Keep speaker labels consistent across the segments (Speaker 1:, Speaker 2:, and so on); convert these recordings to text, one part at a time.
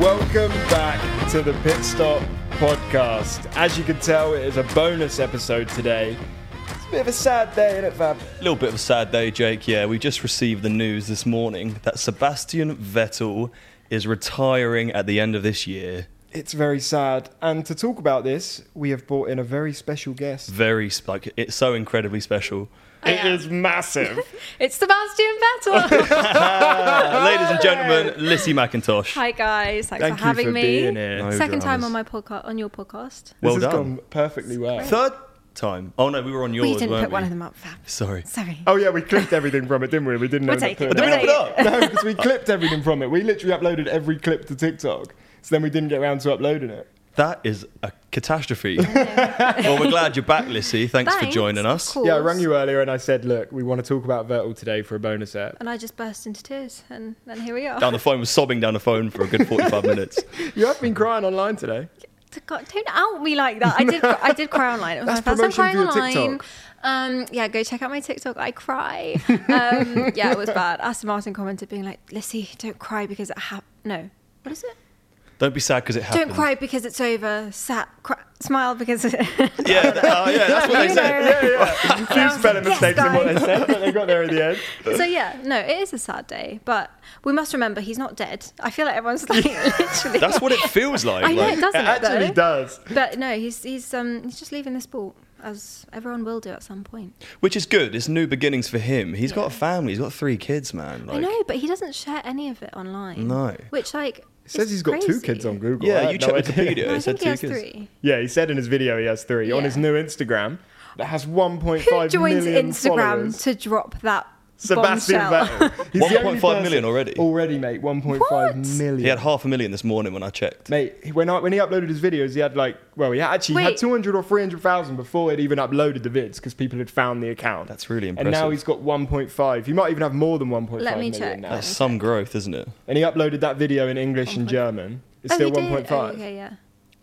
Speaker 1: Welcome back to the Pit Stop Podcast. As you can tell, it is a bonus episode today. It's a bit of a sad day, isn't it, Fab?
Speaker 2: A little bit of a sad day, Jake. Yeah, we just received the news this morning that Sebastian Vettel is retiring at the end of this year.
Speaker 1: It's very sad. And to talk about this, we have brought in a very special guest.
Speaker 2: Very sp- like it's so incredibly special,
Speaker 3: I
Speaker 1: It
Speaker 3: am.
Speaker 1: is massive.
Speaker 3: It's Sebastian Vettel.
Speaker 2: Uh, ladies and gentlemen. Lizzie McIntosh.
Speaker 3: Hi guys, thanks
Speaker 1: Thank
Speaker 3: for
Speaker 1: you
Speaker 3: having
Speaker 1: for
Speaker 3: me.
Speaker 2: being here. No
Speaker 3: Second time
Speaker 2: dramas.
Speaker 3: on my podcast, on your podcast.
Speaker 2: Well
Speaker 1: this has
Speaker 2: done.
Speaker 1: gone perfectly well.
Speaker 2: Third time. Oh no, we were on yours.
Speaker 3: we didn't
Speaker 2: weren't
Speaker 3: put one
Speaker 2: we?
Speaker 3: of them up, Fab.
Speaker 2: Sorry.
Speaker 3: Sorry.
Speaker 1: Oh yeah, we clipped everything from it, didn't we? We didn't
Speaker 3: We'll
Speaker 1: know
Speaker 3: take it.
Speaker 2: Did we
Speaker 3: We'll
Speaker 2: not
Speaker 3: take
Speaker 2: put it up?
Speaker 1: No, because we clipped everything from it. We literally uploaded every clip to TikTok, so then we didn't get around to uploading it.
Speaker 2: That is a catastrophe. well, we're glad you're back, Lizzie. Thanks, for
Speaker 3: Thanks,
Speaker 2: joining
Speaker 3: of
Speaker 2: us.
Speaker 3: course.
Speaker 1: Yeah, I rang you earlier and I said, look, we want to talk about Vertel today for a bonus app.
Speaker 3: And I just burst into tears, and, and here we are.
Speaker 2: Down the phone, was sobbing down the phone for a good 45 minings.
Speaker 1: You have been crying online today.
Speaker 3: God, don't out me like that. I did. I did cry online. It was
Speaker 1: That's
Speaker 3: my first time crying
Speaker 1: promotion for your TikTok.
Speaker 3: online. Um, yeah, go check out my TikTok. I cry. Um, yeah, it was bad. Aston Martin commented, being like, "Lissy, don't cry because it happened." No, what is it?
Speaker 2: Don't be sad because it happened.
Speaker 3: Don't cry because it's over. Sat, cry, smile because. It-
Speaker 2: Yeah, th- oh, yeah, that's what they
Speaker 3: You
Speaker 2: said.
Speaker 3: know.
Speaker 1: yeah. Few spelling
Speaker 3: Yes,
Speaker 1: mistakes in what they
Speaker 3: guys.
Speaker 1: said, but they got there in the end.
Speaker 3: so yeah, no, it is a sad day, but we must remember he's not dead. I feel like everyone's like literally.
Speaker 2: That's what it feels like.
Speaker 3: I know
Speaker 2: like
Speaker 3: it doesn't.
Speaker 1: it actually
Speaker 3: though?
Speaker 1: does.
Speaker 3: But no, he's he's um he's just leaving the sport as everyone will do at some point.
Speaker 2: Which is good. It's new beginnings for him. He's got a family. He's got three kids, man. Like,
Speaker 3: I know, but he doesn't share any of it online.
Speaker 2: No.
Speaker 3: Which like
Speaker 1: It says he's got two kids on Google. I
Speaker 2: Yeah,
Speaker 1: had
Speaker 2: you
Speaker 1: no
Speaker 2: check
Speaker 1: idea.
Speaker 2: Wikipedia.
Speaker 3: No, I
Speaker 2: it said
Speaker 3: think he
Speaker 2: two
Speaker 3: has
Speaker 2: kids.
Speaker 3: three.
Speaker 1: Yeah, he said in his video he has three. On
Speaker 3: Yeah.
Speaker 1: his new Instagram, that has 1.5 million
Speaker 3: Who joins Instagram
Speaker 1: followers.
Speaker 3: to drop that
Speaker 1: Sebastian
Speaker 3: bombshell?
Speaker 1: Vettel. He's the only
Speaker 2: 1.5 million
Speaker 1: person-
Speaker 2: already.
Speaker 1: Already, mate. 1.5
Speaker 3: What?
Speaker 1: million.
Speaker 2: He had half a million this morning when I checked.
Speaker 1: Mate, he- when I, when he uploaded his videos, he had like, well, he actually had
Speaker 3: Wait.
Speaker 1: 200 or 300,000 before he'd even uploaded the vids because people had found the account.
Speaker 2: That's really
Speaker 1: And now
Speaker 2: impressive.
Speaker 1: he's got 1.5. He might even have more than 1.5
Speaker 3: Let me
Speaker 1: million
Speaker 3: check.
Speaker 1: now.
Speaker 2: That's some growth, isn't it?
Speaker 1: And he uploaded that video in English and German. It's
Speaker 3: Oh,
Speaker 1: still
Speaker 3: he did?
Speaker 1: 1.5.
Speaker 3: Oh, okay, yeah.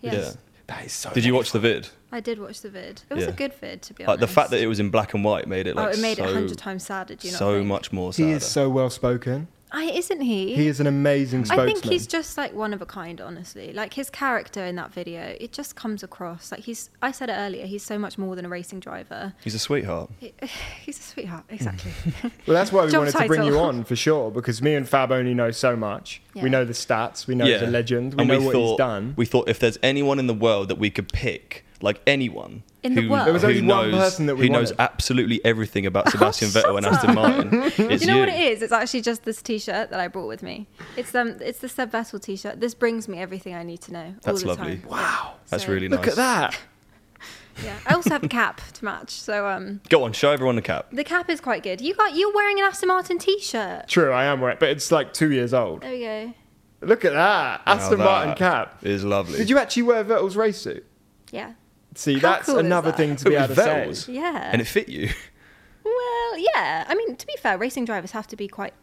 Speaker 3: Yes.
Speaker 1: That is so.
Speaker 2: Did you watch the vid?
Speaker 3: I did watch the vid. It was
Speaker 2: Yeah.
Speaker 3: a good vid, to be honest.
Speaker 2: Like the fact that it was in black and white made it like
Speaker 3: oh, it made
Speaker 2: so,
Speaker 3: it hundred times sadder. Do you not
Speaker 2: so
Speaker 3: think?
Speaker 2: much more sadder.
Speaker 1: He is so well spoken.
Speaker 3: I isn't he?
Speaker 1: He is an amazing
Speaker 3: I
Speaker 1: spokesman.
Speaker 3: think he's just like one of a kind, honestly. Like his character in that video, it just comes across like he's. I said it earlier. He's so much more than a racing driver.
Speaker 2: He's a sweetheart.
Speaker 3: He- he's a sweetheart, exactly.
Speaker 1: well, that's why we
Speaker 3: Job
Speaker 1: wanted to bring you
Speaker 3: title.
Speaker 1: on for sure because me and Fab only know so much.
Speaker 3: Yeah.
Speaker 1: We know the stats. We know
Speaker 2: yeah.
Speaker 1: the legend. We
Speaker 2: and
Speaker 1: know
Speaker 2: we
Speaker 1: what
Speaker 2: thought,
Speaker 1: he's done.
Speaker 2: We thought if there's anyone in the world that we could pick, like anyone.
Speaker 3: In the
Speaker 2: who,
Speaker 3: world? There
Speaker 1: was
Speaker 2: who
Speaker 1: only one
Speaker 2: knows,
Speaker 1: person that we
Speaker 2: who knows
Speaker 1: wanted.
Speaker 2: absolutely everything about Sebastian
Speaker 3: shut
Speaker 2: Vettel and Aston Martin. It's
Speaker 3: Do you know what it is? It's actually just this T-shirt that I brought with me. It's um, it's the Seb Vettel T-shirt. This brings me everything I need to know.
Speaker 2: That's
Speaker 3: all the
Speaker 2: lovely.
Speaker 3: Time.
Speaker 1: wow.
Speaker 2: That's
Speaker 3: So-
Speaker 2: really nice.
Speaker 1: Look at that.
Speaker 3: Yeah. I also have a cap to match. So um,
Speaker 2: Go on, show everyone the cap.
Speaker 3: the cap is quite good. You got you're wearing an Aston Martin T-shirt.
Speaker 1: True, I am right, but it's like two years old.
Speaker 3: There we go.
Speaker 1: Look at that. Aston
Speaker 2: Now
Speaker 1: Martin
Speaker 2: that
Speaker 1: cap.
Speaker 2: is lovely.
Speaker 1: Did you actually wear Vettel's race suit?
Speaker 3: Yeah.
Speaker 1: See,
Speaker 3: How
Speaker 1: that's
Speaker 3: cool is
Speaker 1: another
Speaker 3: that?
Speaker 1: thing to be
Speaker 2: It
Speaker 1: able
Speaker 2: was
Speaker 1: to
Speaker 2: Vettel's.
Speaker 1: say.
Speaker 3: Yeah.
Speaker 2: and it fit you.
Speaker 3: Well, yeah. I mean, to be fair, racing drivers have to be quite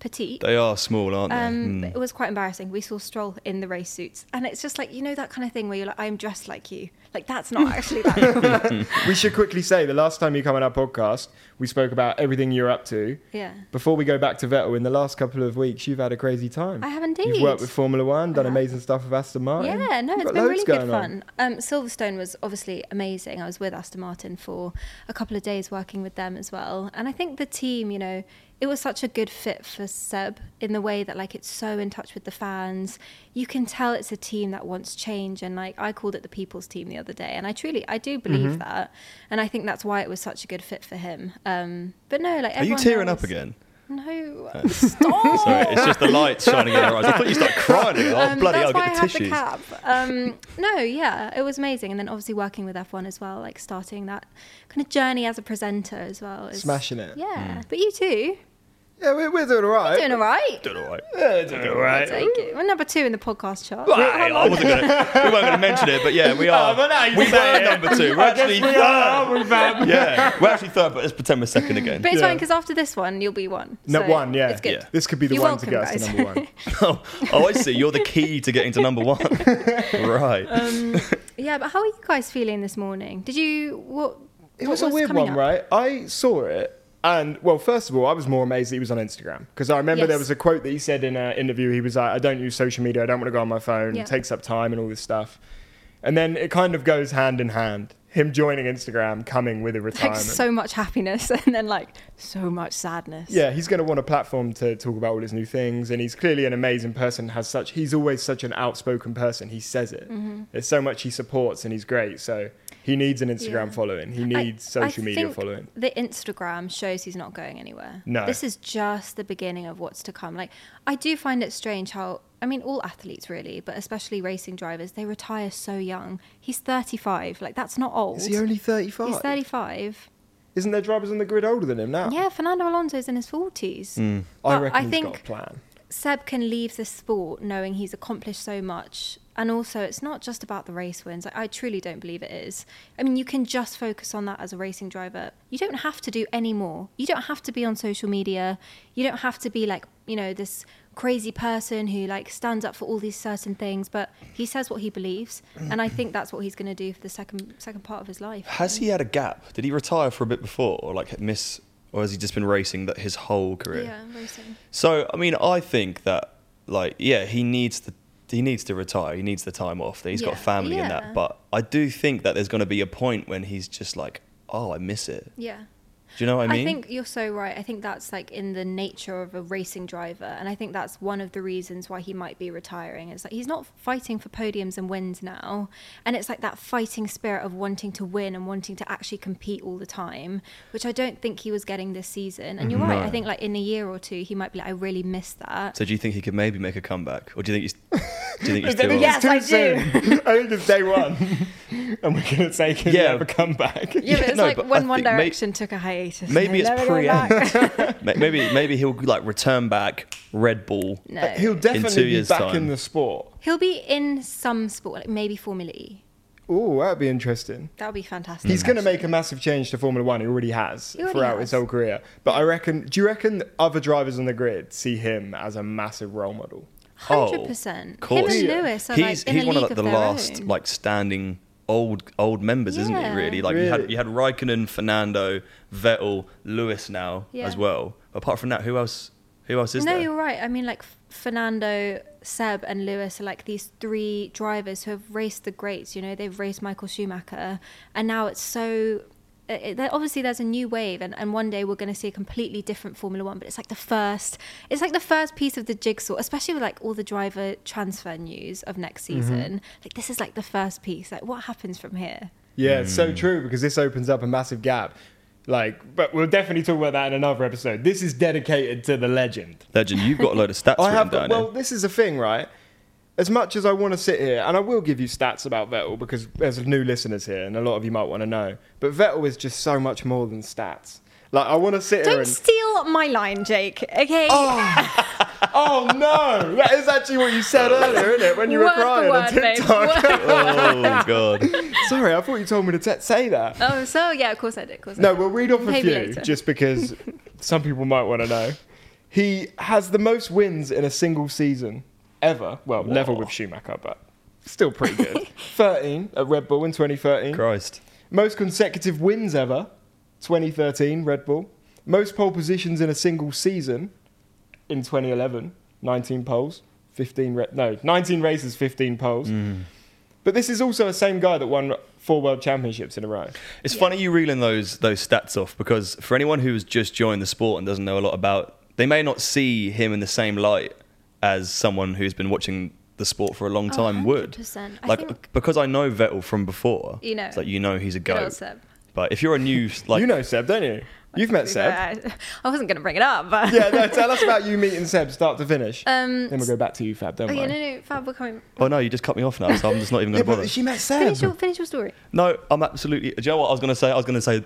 Speaker 3: petite.
Speaker 2: They are small, aren't they?
Speaker 3: Um,
Speaker 1: Hmm.
Speaker 2: Mm.
Speaker 3: It was quite embarrassing. We saw Stroll in the race suits, and it's just like you know that kind of thing where you're like, I'm dressed like you. Like that's not actually that. cool.
Speaker 1: We should quickly say the last time you come on our podcast, we spoke about everything you're up to.
Speaker 3: yeah.
Speaker 1: Before we go back to Vettel, in the last couple of weeks, you've had a crazy time.
Speaker 3: I have
Speaker 1: You've
Speaker 3: indeed.
Speaker 1: worked with Formula One, done
Speaker 3: I have.
Speaker 1: amazing stuff with Aston Martin.
Speaker 3: Yeah, no,
Speaker 1: You've
Speaker 3: it's
Speaker 1: got
Speaker 3: been
Speaker 1: loads
Speaker 3: really good
Speaker 1: going on.
Speaker 3: fun. Um, Silverstone was obviously amazing. I was with Aston Martin for a couple of days working with them as well. And I think the team, you know, it was such a good fit for Seb in the way that like it's so in touch with the fans. You can tell it's a team that wants change and like I called it the people's team the other day and I truly I do believe that. And I think that's why it was such a good fit for him. Um, but no, like
Speaker 2: Hmm. Are you
Speaker 3: everyone
Speaker 2: tearing
Speaker 3: else-
Speaker 2: up again?
Speaker 3: No.
Speaker 2: Sorry, it's just the light shining in your eyes. I thought you started crying. Oh,
Speaker 3: Um,
Speaker 2: bloody
Speaker 3: that's
Speaker 2: hell,
Speaker 3: why
Speaker 2: get
Speaker 3: I
Speaker 2: the
Speaker 3: had
Speaker 2: tissues.
Speaker 3: the cap. Um, no, yeah, it was amazing. And then obviously working with F1 as well, like starting that kind of journey as a presenter as well. Is,
Speaker 1: Smashing it. Yeah,
Speaker 3: Yeah, but you too.
Speaker 1: we're, we're doing all right.
Speaker 3: Doing all right.
Speaker 2: Don't know why.
Speaker 1: Yeah, doing all right.
Speaker 3: Take it. We're number two in the podcast chart.
Speaker 2: Right, I wasn't gonna, we weren't going to mention it, but yeah, we
Speaker 1: Oh,
Speaker 2: are.
Speaker 1: but now you
Speaker 2: we
Speaker 1: say
Speaker 2: were
Speaker 1: it.
Speaker 2: number two. We're
Speaker 1: I guess
Speaker 2: actually
Speaker 1: we are,
Speaker 2: third.
Speaker 1: aren't we, Fab?
Speaker 2: Yeah, we're actually third, but let's pretend we're second again.
Speaker 3: But it's
Speaker 1: Yeah.
Speaker 3: fine because after this one, you'll be one.
Speaker 1: No,
Speaker 3: So
Speaker 1: one, yeah.
Speaker 3: It's good.
Speaker 2: Yeah.
Speaker 1: This could be the
Speaker 3: You're
Speaker 1: one
Speaker 3: welcome,
Speaker 1: to get us to
Speaker 3: guys.
Speaker 1: number one.
Speaker 2: oh, oh, I see. You're the key to getting to number one. right.
Speaker 3: Um, Yeah, but how are you guys feeling this morning? Did you. What?
Speaker 1: It
Speaker 3: what
Speaker 1: was a weird
Speaker 3: coming
Speaker 1: one,
Speaker 3: up?
Speaker 1: right? I saw it And well, first of all, I was more amazed that he was on Instagram because I remember there
Speaker 3: Yes.
Speaker 1: was a quote that he said in an interview. He was like, "I don't use social media. I don't want to go on my phone.
Speaker 3: Yeah.
Speaker 1: It takes up time and all this stuff." And then it kind of goes hand in hand. Him joining Instagram, coming with a
Speaker 3: Like
Speaker 1: retirement.
Speaker 3: so much happiness and then like so much sadness.
Speaker 1: yeah, he's going to want a platform to talk about all his new things, and he's clearly an amazing person. Has such he's always such an outspoken person. He says it.
Speaker 3: Mm-hmm.
Speaker 1: There's so much he supports, and he's great. So he needs an Instagram
Speaker 3: Yeah.
Speaker 1: following. He
Speaker 3: I-
Speaker 1: needs
Speaker 3: I
Speaker 1: social media
Speaker 3: think
Speaker 1: following.
Speaker 3: The Instagram shows he's not going anywhere.
Speaker 1: No.
Speaker 3: This is just the beginning of what's to come. Like, I do find it strange how, I mean, all athletes really, but especially racing drivers, they retire so young. He's 35. Like, that's not old.
Speaker 1: Is he only 35?
Speaker 3: He's 35.
Speaker 1: Isn't there drivers on the grid older than him now?
Speaker 3: Yeah, Fernando Alonso's in his 40s.
Speaker 1: I
Speaker 3: But
Speaker 1: reckon
Speaker 3: I
Speaker 1: he's
Speaker 3: think-
Speaker 1: got a plan.
Speaker 3: Seb can leave the sport knowing he's accomplished so much. And also, it's not just about the race wins. I, I truly don't believe it is. I mean, you can just focus on that as a racing driver. You don't have to do any more. You don't have to be on social media. You don't have to be like, you know, this crazy person who like stands up for all these certain things. But he says what he believes. And I think that's what he's going to do for the second second part of his life.
Speaker 2: Has he had a gap? Did he retire for a bit before, or like miss, or has he just been racing that his whole career?
Speaker 3: Yeah, racing.
Speaker 2: So I mean, I think that like yeah, he needs to he needs to retire. He needs the time off. He's got
Speaker 3: Yeah.
Speaker 2: a family and
Speaker 3: Yeah.
Speaker 2: that. But I do think that there's going to be a point when he's just like, oh, I miss it.
Speaker 3: Yeah.
Speaker 2: Do you know what I mean?
Speaker 3: think you're so right. I think that's like in the nature of a racing driver, and I think that's one of the reasons why he might be retiring. It's like he's not fighting for podiums and wins now, and it's like that fighting spirit of wanting to win and wanting to actually compete all the time, which I don't think he was getting this season. And you're right. I
Speaker 2: Mm-hmm. No.
Speaker 3: think like in a year or two, he might be like, I really miss that.
Speaker 2: so do you think he could maybe make a comeback, or do you think he's do you think he's
Speaker 1: I
Speaker 2: too
Speaker 1: think
Speaker 2: old?
Speaker 3: Yes,
Speaker 1: it's too
Speaker 3: I do.
Speaker 1: soon. I think it's day one, and we're gonna take him
Speaker 2: Yeah.
Speaker 1: yeah. have a comeback.
Speaker 3: yeah, but it's
Speaker 2: no,
Speaker 3: like
Speaker 2: but I
Speaker 3: when One
Speaker 2: think may-
Speaker 3: Direction took a hiatus. and
Speaker 2: maybe
Speaker 3: they
Speaker 2: it's
Speaker 3: never go back.
Speaker 2: Ma- maybe maybe he'll like return back Red Bull.
Speaker 3: no,
Speaker 1: He'll definitely be
Speaker 2: years'
Speaker 1: back
Speaker 2: time.
Speaker 1: in the sport.
Speaker 3: he'll be in some sport, like maybe Formula E.
Speaker 1: Oh, that'd be interesting.
Speaker 3: That would be
Speaker 2: Mm.
Speaker 3: fantastic.
Speaker 1: He's going to make a massive change to Formula One. He already has
Speaker 3: He already
Speaker 1: throughout his
Speaker 3: has.
Speaker 1: whole career. But I reckon, do you reckon other drivers on the grid see him as a massive role model?
Speaker 2: Oh,
Speaker 3: Hundred percent.
Speaker 2: of course.
Speaker 3: Him and Lewis are
Speaker 2: he's
Speaker 3: like in
Speaker 2: he's
Speaker 3: a
Speaker 2: one
Speaker 3: league
Speaker 2: of like, the
Speaker 3: their
Speaker 2: last
Speaker 3: own.
Speaker 2: like standing old old members, isn't he?
Speaker 3: Yeah.
Speaker 2: Really, like you had
Speaker 1: Really?
Speaker 2: you had Raikkonen, Fernando, Vettel, Lewis now
Speaker 3: Yeah.
Speaker 2: as well. Apart from that, who else? Who else is
Speaker 3: no,
Speaker 2: there?
Speaker 3: you're right. I mean, like Fernando, Seb, and Lewis are like these three drivers who have raced the greats. You know, they've raced Michael Schumacher, and now it's so. It, it- there- obviously, there's a new wave, and, and one day we're going to see a completely different Formula One. But it's like the first, it's like the first piece of the jigsaw, especially with like all the driver transfer news of next
Speaker 2: Mm-hmm.
Speaker 3: season. Like this is like the first piece. Like what happens from here?
Speaker 1: Yeah, it's
Speaker 2: Mm.
Speaker 1: so true because this opens up a massive gap. Like, but we'll definitely talk about that in another episode. This is dedicated to the legend.
Speaker 2: Legend, you've got a load of stats
Speaker 1: I
Speaker 2: written
Speaker 1: have.
Speaker 2: down.
Speaker 1: well,
Speaker 2: here.
Speaker 1: this is the thing, right? As much as I want to sit here, and I will give you stats about Vettel because there's new listeners here, and a lot of you might want to know. But Vettel is just so much more than stats. Like, I want to sit here
Speaker 3: Don't
Speaker 1: and.
Speaker 3: steal my line, Jake. Okay.
Speaker 1: Oh no! That is actually what you said earlier, isn't it? When you were
Speaker 3: Word for
Speaker 1: crying on
Speaker 3: word, babe.
Speaker 1: TikTok.
Speaker 3: Word-
Speaker 2: oh god.
Speaker 1: Sorry, I thought you told me to t- say that.
Speaker 3: oh, so yeah, of course I did. Of course I
Speaker 1: No,
Speaker 3: did.
Speaker 1: we'll read off a
Speaker 3: Maybe
Speaker 1: few
Speaker 3: later.
Speaker 1: just because some people might want to know. He has the most wins in a single season ever. Well, level with Schumacher, but still pretty good. 13 at Red Bull in 2013.
Speaker 2: Christ.
Speaker 1: Most consecutive wins ever, 2013 Red Bull. Most pole positions in a single season in 2011, 19 poles, 15 re- no, 19 races, 15 poles.
Speaker 3: Mm.
Speaker 1: But this is also the same guy that won four world championships in a row.
Speaker 2: It's funny you reeling those those stats off because for anyone who's just joined the sport and doesn't know a lot about, they may not see him in the same light as someone who's been watching the sport for a long
Speaker 3: Oh,
Speaker 2: time would.
Speaker 3: 100%. I
Speaker 2: Like
Speaker 3: think-
Speaker 2: because I know Vettel from before.
Speaker 3: You know.
Speaker 2: it's like you know he's a
Speaker 3: Good
Speaker 2: goat.
Speaker 3: old Seb.
Speaker 2: But if you're a new like
Speaker 1: you know Seb, don't you? You've met Seb.
Speaker 3: I, uh, I wasn't going to bring it up, but
Speaker 1: Yeah, no, tell us about you meeting Seb start to finish.
Speaker 3: Um, oh,
Speaker 1: then we'll go back to you, Fab, don't
Speaker 3: okay,
Speaker 1: worry.
Speaker 3: no, no, Fab, we're coming.
Speaker 2: oh no, you just cut me off now, so I'm just not even
Speaker 1: Yeah,
Speaker 2: going to bother.
Speaker 1: but she met Seb.
Speaker 3: Finish your, finish your story.
Speaker 2: No, I'm absolutely. Do you know what I was going to say? I was going to say,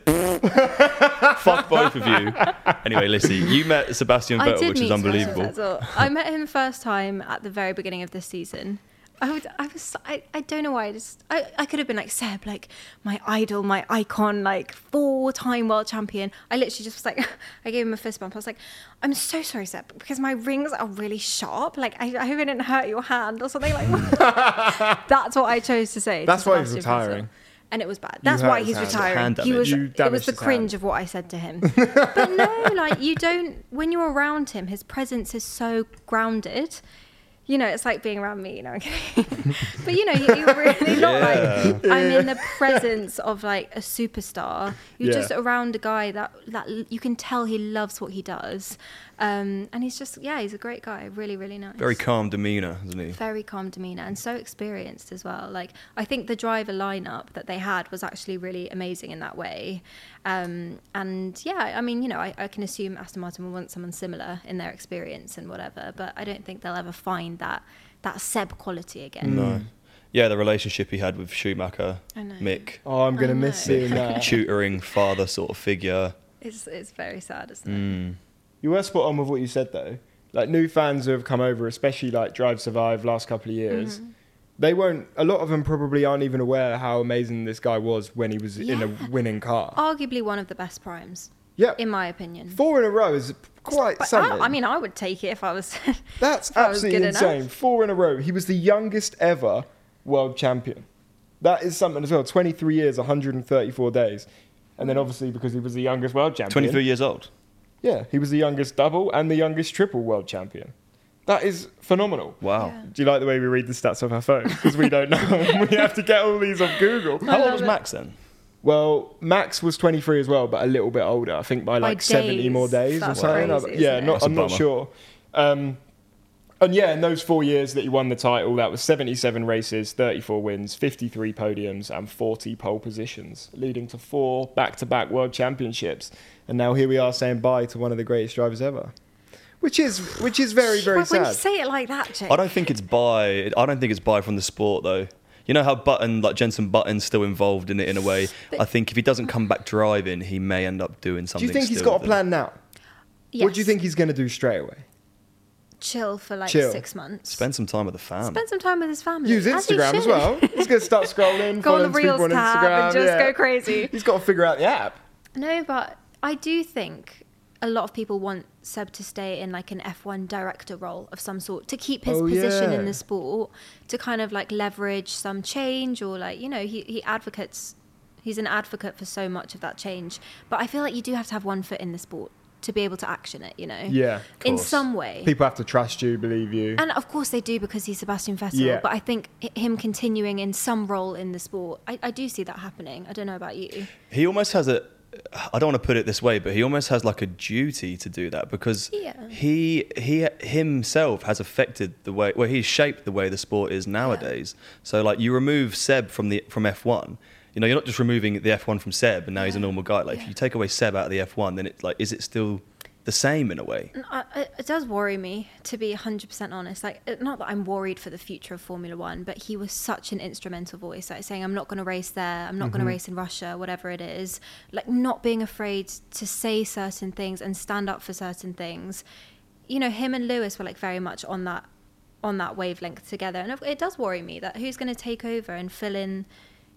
Speaker 2: fuck both of you. Anyway, listen, you met Sebastian
Speaker 3: I
Speaker 2: Vettel,
Speaker 3: did
Speaker 2: which
Speaker 3: meet
Speaker 2: is unbelievable.
Speaker 3: Sebastian Vettel. I met him first time at the very beginning of this season. I, would, I was so- I, I don't know why I just I, I could have been like Seb like my idol my icon like four time world champion I literally just was like I gave him a fist bump I was like I'm so sorry Seb because my rings are really sharp like I, I hope I didn't hurt your hand or something like that's what I chose to say to
Speaker 1: That's why he's
Speaker 3: Sebastian Vettel.
Speaker 1: retiring.
Speaker 3: and it was bad. That's
Speaker 1: hurt
Speaker 3: why
Speaker 1: his
Speaker 3: he's
Speaker 1: hand.
Speaker 3: retiring.
Speaker 2: Hand
Speaker 3: He was.
Speaker 1: damage. You
Speaker 3: It was
Speaker 1: damaged
Speaker 3: the
Speaker 1: his
Speaker 3: cringe
Speaker 1: hand.
Speaker 3: of what I said to him. but no, like you don't. When you're around him, his presence is so grounded. You know, it's like being around me. You know, but you know, you, you're really not like I'm in the presence of like a superstar. You're
Speaker 1: Yeah.
Speaker 3: just around a guy that that l- you can tell he loves what he does, um, and he's just yeah, he's a great guy. Really, really nice
Speaker 2: Very calm demeanor, isn't he?
Speaker 3: very calm demeanor and so experienced as well. Like I think the driver lineup that they had was actually really amazing in that way. Um, and yeah, I mean, you know, I, I can assume Aston Martin will want someone similar in their experience and whatever, but I don't think they'll ever find that that Seb quality
Speaker 1: Mm.
Speaker 3: again.
Speaker 2: No. Yeah, the relationship he had with Schumacher,
Speaker 3: I know.
Speaker 2: Mick,
Speaker 1: Oh, I'm gonna
Speaker 3: I
Speaker 1: miss
Speaker 3: know.
Speaker 1: seeing that.
Speaker 2: tutoring father sort of figure.
Speaker 3: It's it's very sad, isn't it?
Speaker 2: Mm.
Speaker 1: You were spot on with what you said though. Like new fans who have come over, especially like Drive Survive last couple of years,
Speaker 3: Mm-hmm.
Speaker 1: they won't. A lot of them probably aren't even aware how amazing this guy was when he was in
Speaker 3: Yeah. Oh,
Speaker 1: a winning car.
Speaker 3: Arguably one of the best primes,
Speaker 1: yeah,
Speaker 3: in my opinion.
Speaker 1: four in a row is quite
Speaker 3: But oh, uh,
Speaker 1: something.
Speaker 3: I, I mean, I would take it if I was.
Speaker 1: that's
Speaker 3: that was
Speaker 1: absolutely
Speaker 3: good enough.
Speaker 1: insane. Four in a row. He was the youngest ever world champion. That is something as well. 23 years, 134 days, and then obviously because he was the youngest world champion.
Speaker 2: 23 years old.
Speaker 1: Yeah, he was the youngest double and the youngest triple world champion. That is phenomenal.
Speaker 2: Wow.
Speaker 3: Yeah.
Speaker 1: Do you like the way we read the stats off our phone? Because we don't know. we have to get all these off Google.
Speaker 3: I
Speaker 2: How old
Speaker 3: love
Speaker 2: was
Speaker 3: it.
Speaker 2: Max then?
Speaker 1: Well, Max was 23 as well, but a little bit older. I think by
Speaker 3: By
Speaker 1: like 70
Speaker 3: days.
Speaker 1: more days or
Speaker 3: That's
Speaker 1: something.
Speaker 3: crazy,
Speaker 1: I- yeah,
Speaker 3: isn't it?
Speaker 1: not,
Speaker 2: That's a
Speaker 1: I'm not
Speaker 2: bummer.
Speaker 1: sure. Um, and yeah, in those four years that he won the title, that was 77 races, 34 wins, 53 podiums, and 40 pole positions, leading to four back to back world championships. And now here we are saying bye to one of the greatest drivers ever. Which is which is very very
Speaker 3: Well, when you
Speaker 1: sad.
Speaker 3: say it like that, Jake,
Speaker 2: I don't think it's by. I don't think it's by from the sport though. You know how Button, like Jensen Button's still involved in it in a way.
Speaker 3: But-
Speaker 2: I think if he doesn't come back driving, he may end up doing
Speaker 1: do
Speaker 2: something.
Speaker 1: you think he's
Speaker 2: still
Speaker 1: got a
Speaker 2: with it.
Speaker 1: plan now? What do you
Speaker 3: Yes.
Speaker 1: think he's going to do straight away?
Speaker 3: Chill for like
Speaker 1: Chill.
Speaker 3: six months.
Speaker 2: Spend some time with the fam.
Speaker 3: Spend some time with his family.
Speaker 1: Use
Speaker 3: as he
Speaker 1: Instagram as
Speaker 3: should.
Speaker 1: well. He's going to start scrolling,
Speaker 3: go on the
Speaker 1: following people
Speaker 3: Reels
Speaker 1: on
Speaker 3: tab
Speaker 1: Instagram,
Speaker 3: and just
Speaker 1: yeah.
Speaker 3: go crazy.
Speaker 1: He's got to figure out the app.
Speaker 3: No, but I do think a lot of people want Seb to stay in like an F1 director role of some sort to keep his
Speaker 1: Oh,
Speaker 3: position
Speaker 1: yeah.
Speaker 3: in the sport to kind of like leverage some change or like, you know, he, he advocates, he's an advocate for so much of that change. But I feel like you do have to have one foot in the sport to be able to action it, you know?
Speaker 1: Yeah, of
Speaker 3: In
Speaker 2: course.
Speaker 3: some way.
Speaker 1: People have to trust you, believe you.
Speaker 3: And of course they do because he's Sebastian Vettel.
Speaker 1: Yeah.
Speaker 3: But I think h- him continuing in some role in the sport, I, I do see that happening. I don't know about you.
Speaker 2: he almost has a. I don't want to put it this way, but he almost has like a duty to do that because
Speaker 3: Yeah.
Speaker 2: he he himself has affected the way. Well, he's shaped the way the sport is nowadays. So like you remove Seb from the from F1. You know, you're not just removing the F1 from Seb, and now he's a
Speaker 3: Yeah.
Speaker 2: normal guy. Like if
Speaker 3: Yeah.
Speaker 2: you take away Seb out of the F1, then it's like, is it still the same in a way?
Speaker 3: And I, I- it does worry me, to be 100% honest. Like, it- not that I'm worried for the future of Formula One, but he was such an instrumental voice, like saying, I'm not going to race there, I'm not going to race in Russia, whatever it is. Like, not being afraid to say certain things and stand up for certain things. You know, him and Lewis were like very much on that on that wavelength together and it does worry me that who's going to take over and fill in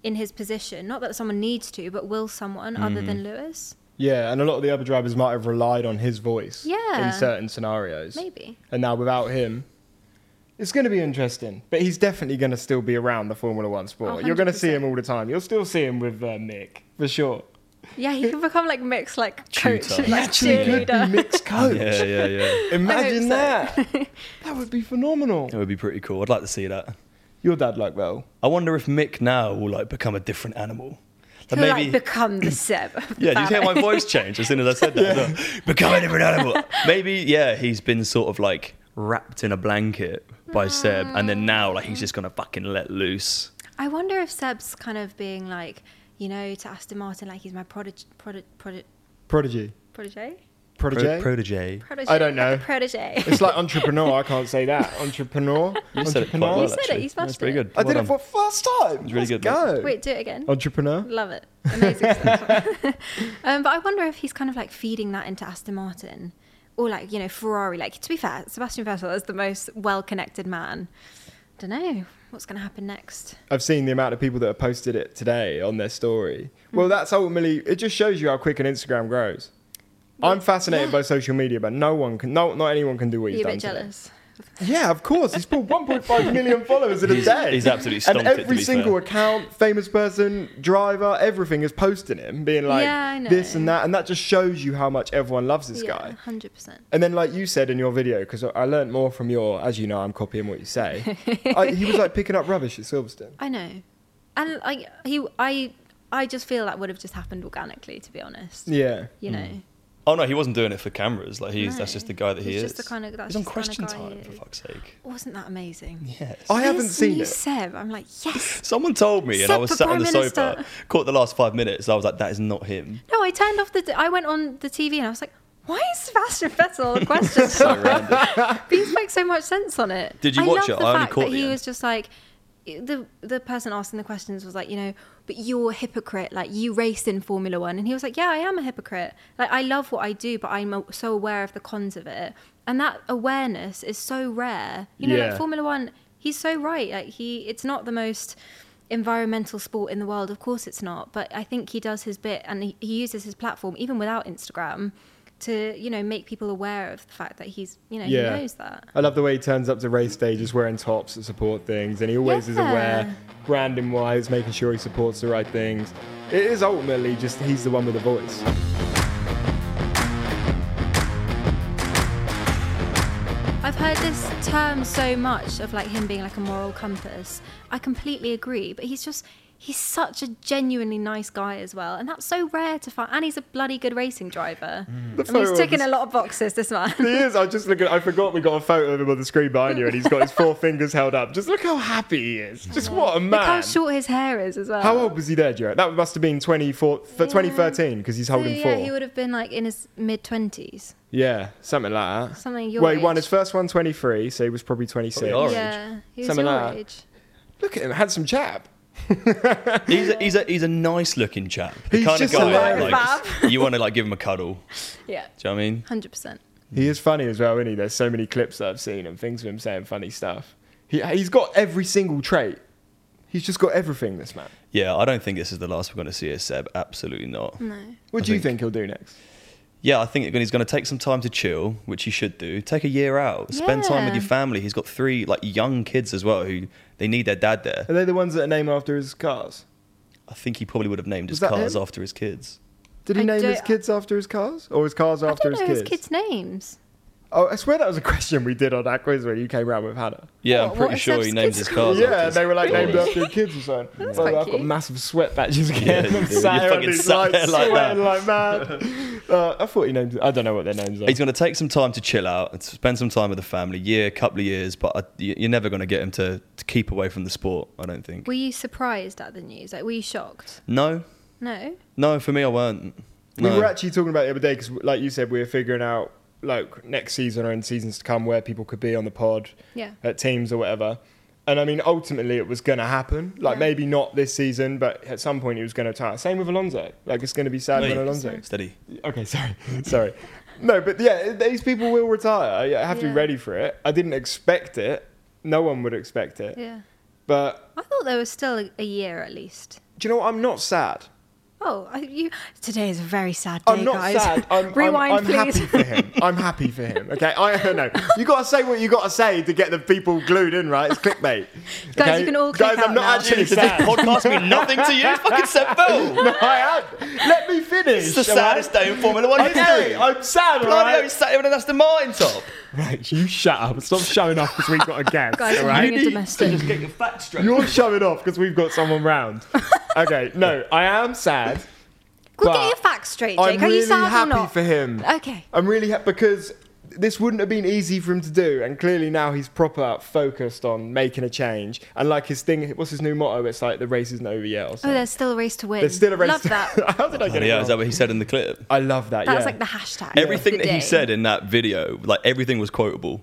Speaker 3: in his position not that someone needs to but will someone other than lewis
Speaker 1: Yeah, and a lot of the other drivers might have relied on his voice
Speaker 3: Yeah.
Speaker 1: in certain scenarios.
Speaker 3: maybe
Speaker 1: And now without him, it's going to be interesting. But he's definitely going to still be around the Formula One sport. You're going to see him
Speaker 3: 100%.
Speaker 1: all the time. You'll still see him with uh, Mick, for sure.
Speaker 3: Yeah, he could become like mixed like coach,
Speaker 2: Tutor.
Speaker 3: and, like
Speaker 1: Actually, could be
Speaker 3: cheerleader.
Speaker 1: Mick's coach.
Speaker 2: Yeah, yeah, yeah.
Speaker 1: Imagine
Speaker 3: I
Speaker 1: that. that would be phenomenal.
Speaker 2: It would be pretty cool. I'd like to see that.
Speaker 1: Your dad like well.
Speaker 2: I wonder if Mick now will like become a different animal. Like
Speaker 3: He'll like become the Seb. of the
Speaker 2: Yeah, did you hear my
Speaker 3: family.
Speaker 2: voice change as soon as I said that? Become a different animal. Maybe, yeah, he's been sort of like wrapped in a blanket by Seb, and then now like he's just gonna fucking let loose.
Speaker 3: I wonder if Seb's kind of being like, you know, to Aston Martin, like he's my prodigy, prodigy, prodigy,
Speaker 1: Prodigy.
Speaker 3: prodigy.
Speaker 2: Pro-
Speaker 1: Protege.
Speaker 2: protege.
Speaker 3: prodigy
Speaker 1: I don't know.
Speaker 3: Prodigy.
Speaker 1: it's like entrepreneur. I can't say that. Entrepreneur.
Speaker 2: You said it quite
Speaker 1: Entrepreneur?
Speaker 2: well.
Speaker 3: You said it,
Speaker 2: actually.
Speaker 3: you smashed
Speaker 2: That's pretty
Speaker 3: it.
Speaker 2: good.
Speaker 1: I did
Speaker 2: Well
Speaker 1: it for
Speaker 2: done.
Speaker 1: first time.
Speaker 2: It's really
Speaker 1: Let's
Speaker 2: good, mate.
Speaker 1: Go.
Speaker 3: Wait, do it
Speaker 1: Oh.
Speaker 3: again.
Speaker 1: Entrepreneur.
Speaker 3: Love it. Amazing. stuff. um, but I wonder if he's kind of like feeding that into Aston Martin or like, you know, Ferrari. Like, to be fair, Sebastian Vettel is the most well connected man. Don't know what's going to happen next.
Speaker 1: I've seen the amount of people that have posted it today on their story. Well, that's ultimately it. Just shows you how quick an Instagram grows. I'm fascinated
Speaker 3: yeah.
Speaker 1: by social media, but no one can, no, not anyone can do what
Speaker 3: Be
Speaker 1: he's
Speaker 3: a
Speaker 1: done.
Speaker 3: bit
Speaker 1: today.
Speaker 3: jealous.
Speaker 1: Yeah, of course. He's pulled 1.5 million followers in a
Speaker 2: He's-
Speaker 1: day.
Speaker 2: he's absolutely
Speaker 1: And
Speaker 2: stomped it, to
Speaker 1: every
Speaker 2: be
Speaker 1: single
Speaker 2: fair.
Speaker 1: account, famous person, driver, everything is posting him, being like
Speaker 3: Yeah, I know.
Speaker 1: this and that, and that just shows you how much everyone loves this guy.
Speaker 3: hundred percent.
Speaker 1: And then, like you said in your video, because I learned more from your, as you know, I'm copying what you say. I, he was like picking up rubbish at Silverstone.
Speaker 3: I know, and I he I I just feel that would have just happened organically, to be honest.
Speaker 1: Yeah. Mm.
Speaker 3: You know,
Speaker 2: Oh no, he wasn't doing it for cameras. Like he's that's
Speaker 3: No.
Speaker 2: just the guy that he
Speaker 3: He's
Speaker 2: is.
Speaker 3: just the kind of- that's
Speaker 2: he's on
Speaker 3: just the
Speaker 2: Question
Speaker 3: kind of guy
Speaker 2: Time
Speaker 3: he
Speaker 2: for
Speaker 3: is.
Speaker 2: fuck's sake.
Speaker 3: wasn't that amazing?
Speaker 2: Yes.
Speaker 1: I haven't
Speaker 3: This
Speaker 1: seen
Speaker 3: new
Speaker 1: it.
Speaker 3: Seb, I'm like yes.
Speaker 2: Someone told me, and I
Speaker 3: Sep-
Speaker 2: was
Speaker 3: the
Speaker 2: sat on the
Speaker 3: Prime
Speaker 2: sofa,
Speaker 3: Minister.
Speaker 2: caught the last five minutes. And I was like, that is not him.
Speaker 3: No, I turned off the. I went on the TV and I was like, why is Sebastian Vettel on question?
Speaker 2: So random.
Speaker 3: These make so much sense on it.
Speaker 2: Did you
Speaker 3: I
Speaker 2: watch
Speaker 3: love
Speaker 2: it?
Speaker 3: The
Speaker 2: I only
Speaker 3: fact
Speaker 2: caught
Speaker 3: that
Speaker 2: the
Speaker 3: he
Speaker 2: end.
Speaker 3: was just like the the person asking the questions was like, you know, but you're a hypocrite. Like you raced in Formula One, and he was like, yeah, I am a hypocrite. Like I love what I do, but I'm a- so aware of the cons of it, and that awareness is so rare. You know,
Speaker 1: Yeah.
Speaker 3: like Formula One. He's so right. Like he, it's not the most environmental sport in the world. Of course, it's not. But I think he does his bit, and he, he uses his platform even without Instagram. To you know, make people aware of the fact that he's you know
Speaker 1: Yeah.
Speaker 3: he knows that.
Speaker 1: I love the way he turns up to race day just wearing tops that support things, and he always is
Speaker 3: Yeah.
Speaker 1: aware, branding wise, making sure he supports the right things. It is ultimately just he's the one with the voice.
Speaker 3: I've heard this term so much of like him being like a moral compass. I completely agree, but he's just he's such a genuinely nice guy as well, and that's so rare to find. And he's a bloody good racing driver.
Speaker 1: Mm.
Speaker 3: I mean,
Speaker 1: photo of
Speaker 3: he's ticking
Speaker 1: this-
Speaker 3: a lot of boxes. This man.
Speaker 1: He is. I just look at. I forgot we got a photo of him on the screen behind you, and he's got his four fingers held up. Just look how happy he is. Just what a man.
Speaker 3: Look how short his hair is as well.
Speaker 1: How old was he there, Jared? That must have been 24, for 2013 because he's
Speaker 3: So,
Speaker 1: holding
Speaker 3: yeah,
Speaker 1: four.
Speaker 3: he would have been like in his mid twenties.
Speaker 1: yeah, something like that.
Speaker 3: Something your
Speaker 1: well, he won
Speaker 3: age.
Speaker 1: his first one 23, so he was probably 26.
Speaker 2: Probably our age.
Speaker 3: Yeah, he was
Speaker 1: Something
Speaker 3: your
Speaker 1: like that.
Speaker 3: age.
Speaker 1: Look at him, handsome chap.
Speaker 2: He's a, he's a he's a nice looking chap. The
Speaker 1: He's
Speaker 2: kind
Speaker 1: just
Speaker 2: of guy
Speaker 1: hilarious.
Speaker 2: like, you want to like give him a cuddle.
Speaker 3: Yeah,
Speaker 2: Do you know what I mean?
Speaker 3: hundred percent.
Speaker 1: He is funny as well, isn't he? There's so many clips that I've seen and things of him saying funny stuff. He, he's got every single trait. He's just got everything, this man.
Speaker 2: Yeah, I don't think this is the last we're going to see of Seb. Absolutely not.
Speaker 3: No.
Speaker 1: What
Speaker 2: I
Speaker 1: do you think
Speaker 2: think-
Speaker 1: he'll do next?
Speaker 2: Yeah, I think he's going to take some time to chill, which he should do. Take a year out, spend time with
Speaker 3: Yeah.
Speaker 2: your family. He's got three like young kids as well who they need their dad there.
Speaker 1: Are they the ones that are named after his cars?
Speaker 2: I think he probably would have named his
Speaker 1: Was that
Speaker 2: cars
Speaker 1: him?
Speaker 2: after his kids.
Speaker 1: Did he
Speaker 3: I
Speaker 1: name his
Speaker 3: don't-
Speaker 1: kids after his cars, or his cars
Speaker 3: I
Speaker 1: after
Speaker 3: don't know
Speaker 1: his
Speaker 3: his
Speaker 1: kids?
Speaker 3: kids' names.
Speaker 1: Oh, I swear that was a question we did on that quiz when you came round with Hannah.
Speaker 2: Yeah,
Speaker 3: What-
Speaker 2: I'm
Speaker 3: what
Speaker 2: pretty
Speaker 3: is
Speaker 2: sure he
Speaker 3: Seb's
Speaker 2: named
Speaker 3: kids'
Speaker 2: his
Speaker 3: cars?
Speaker 2: cars. after
Speaker 1: Yeah,
Speaker 2: his
Speaker 1: they were like named
Speaker 2: cars.
Speaker 1: after kids or something.
Speaker 3: That's
Speaker 1: Well,
Speaker 3: quite
Speaker 1: I've got
Speaker 3: cute.
Speaker 1: massive sweat patches
Speaker 2: Yeah,
Speaker 1: again.
Speaker 2: you
Speaker 1: I'm
Speaker 2: do.
Speaker 1: sat
Speaker 2: You
Speaker 1: here on
Speaker 2: fucking
Speaker 1: these
Speaker 2: sat
Speaker 1: lights
Speaker 2: there like that.
Speaker 1: sweating like mad. Uh, I thought he named. I don't know what their names are.
Speaker 2: He's going to take some time to chill out and spend some time with the family, year, couple of years, but I, you- you're never going to get him to, to keep away from the sport, I don't think.
Speaker 3: Were you surprised at the news? Like, were you shocked?
Speaker 2: no,
Speaker 3: No.
Speaker 2: no, for me, I weren't.
Speaker 1: We
Speaker 2: No.
Speaker 1: were actually talking about it the other day because, like you said, we were figuring out like next season or in seasons to come where people could be on the pod
Speaker 3: Yeah.
Speaker 1: at teams or whatever. And I mean, ultimately, it was going to happen. Like
Speaker 3: Yeah.
Speaker 1: maybe not this season, but at some point, it was going to turn. Same with Alonso. Like it's going to be sad
Speaker 2: Hey.
Speaker 1: when Alonso.
Speaker 2: Steady.
Speaker 1: Okay, sorry, sorry. No, but yeah, these people will retire. You have to be
Speaker 3: Yeah.
Speaker 1: ready for it. I didn't expect it. No one would expect it.
Speaker 3: Yeah.
Speaker 1: But
Speaker 3: I thought there was still a, a year at least.
Speaker 1: do you know what? I'm not sad.
Speaker 3: Oh, I, you, today is a very sad day,
Speaker 1: I'm not
Speaker 3: guys.
Speaker 1: sad. I'm, I'm-
Speaker 3: Rewind,
Speaker 1: I'm,
Speaker 3: please.
Speaker 1: happy for him. I'm happy for him. Okay, I don't know. You gotta say what you gotta say to get the people glued in, right? It's clickbait.
Speaker 3: Guys,
Speaker 1: okay?
Speaker 3: you can all
Speaker 1: Guys,
Speaker 3: click
Speaker 1: I'm
Speaker 3: out
Speaker 1: not
Speaker 3: now.
Speaker 1: actually
Speaker 2: Does this
Speaker 1: sad.
Speaker 2: podcast mean nothing to you? Fucking Seb Bell.
Speaker 1: no, I am. Let me finish.
Speaker 2: It's the
Speaker 1: all right?
Speaker 2: saddest day in Formula One
Speaker 1: Okay,
Speaker 2: history.
Speaker 1: I'm sad. all
Speaker 2: Bloody hell, he's
Speaker 1: Right?
Speaker 2: sat here in an Aston Martin top.
Speaker 1: right, you shut up. Stop showing off because we've got a guest.
Speaker 3: Guys,
Speaker 1: all
Speaker 3: I'm
Speaker 1: right?
Speaker 3: having a domestic.
Speaker 2: Get your facts straight.
Speaker 1: You're showing off because we've got someone round. Okay, no, I am sad. but
Speaker 3: Well, get your facts straight, Jake.
Speaker 1: I'm
Speaker 3: Are
Speaker 1: really
Speaker 3: you sad
Speaker 1: happy
Speaker 3: or not?
Speaker 1: for him.
Speaker 3: Okay.
Speaker 1: I'm really happy because this wouldn't have been easy for him to do, and clearly now he's proper focused on making a change. And like his thing, what's his new motto? It's like the race isn't over yet. Or
Speaker 3: Oh,
Speaker 1: something.
Speaker 3: there's still a race to win.
Speaker 1: There's still a race.
Speaker 3: Love
Speaker 1: to-
Speaker 3: that.
Speaker 1: How did I get it?
Speaker 2: Yeah,
Speaker 1: wrong?
Speaker 2: is that what he said in the clip?
Speaker 1: I love that.
Speaker 3: That
Speaker 1: yeah.
Speaker 3: was like the hashtag.
Speaker 2: Everything
Speaker 3: of the
Speaker 2: that he
Speaker 3: day.
Speaker 2: said in that video, like everything was quotable.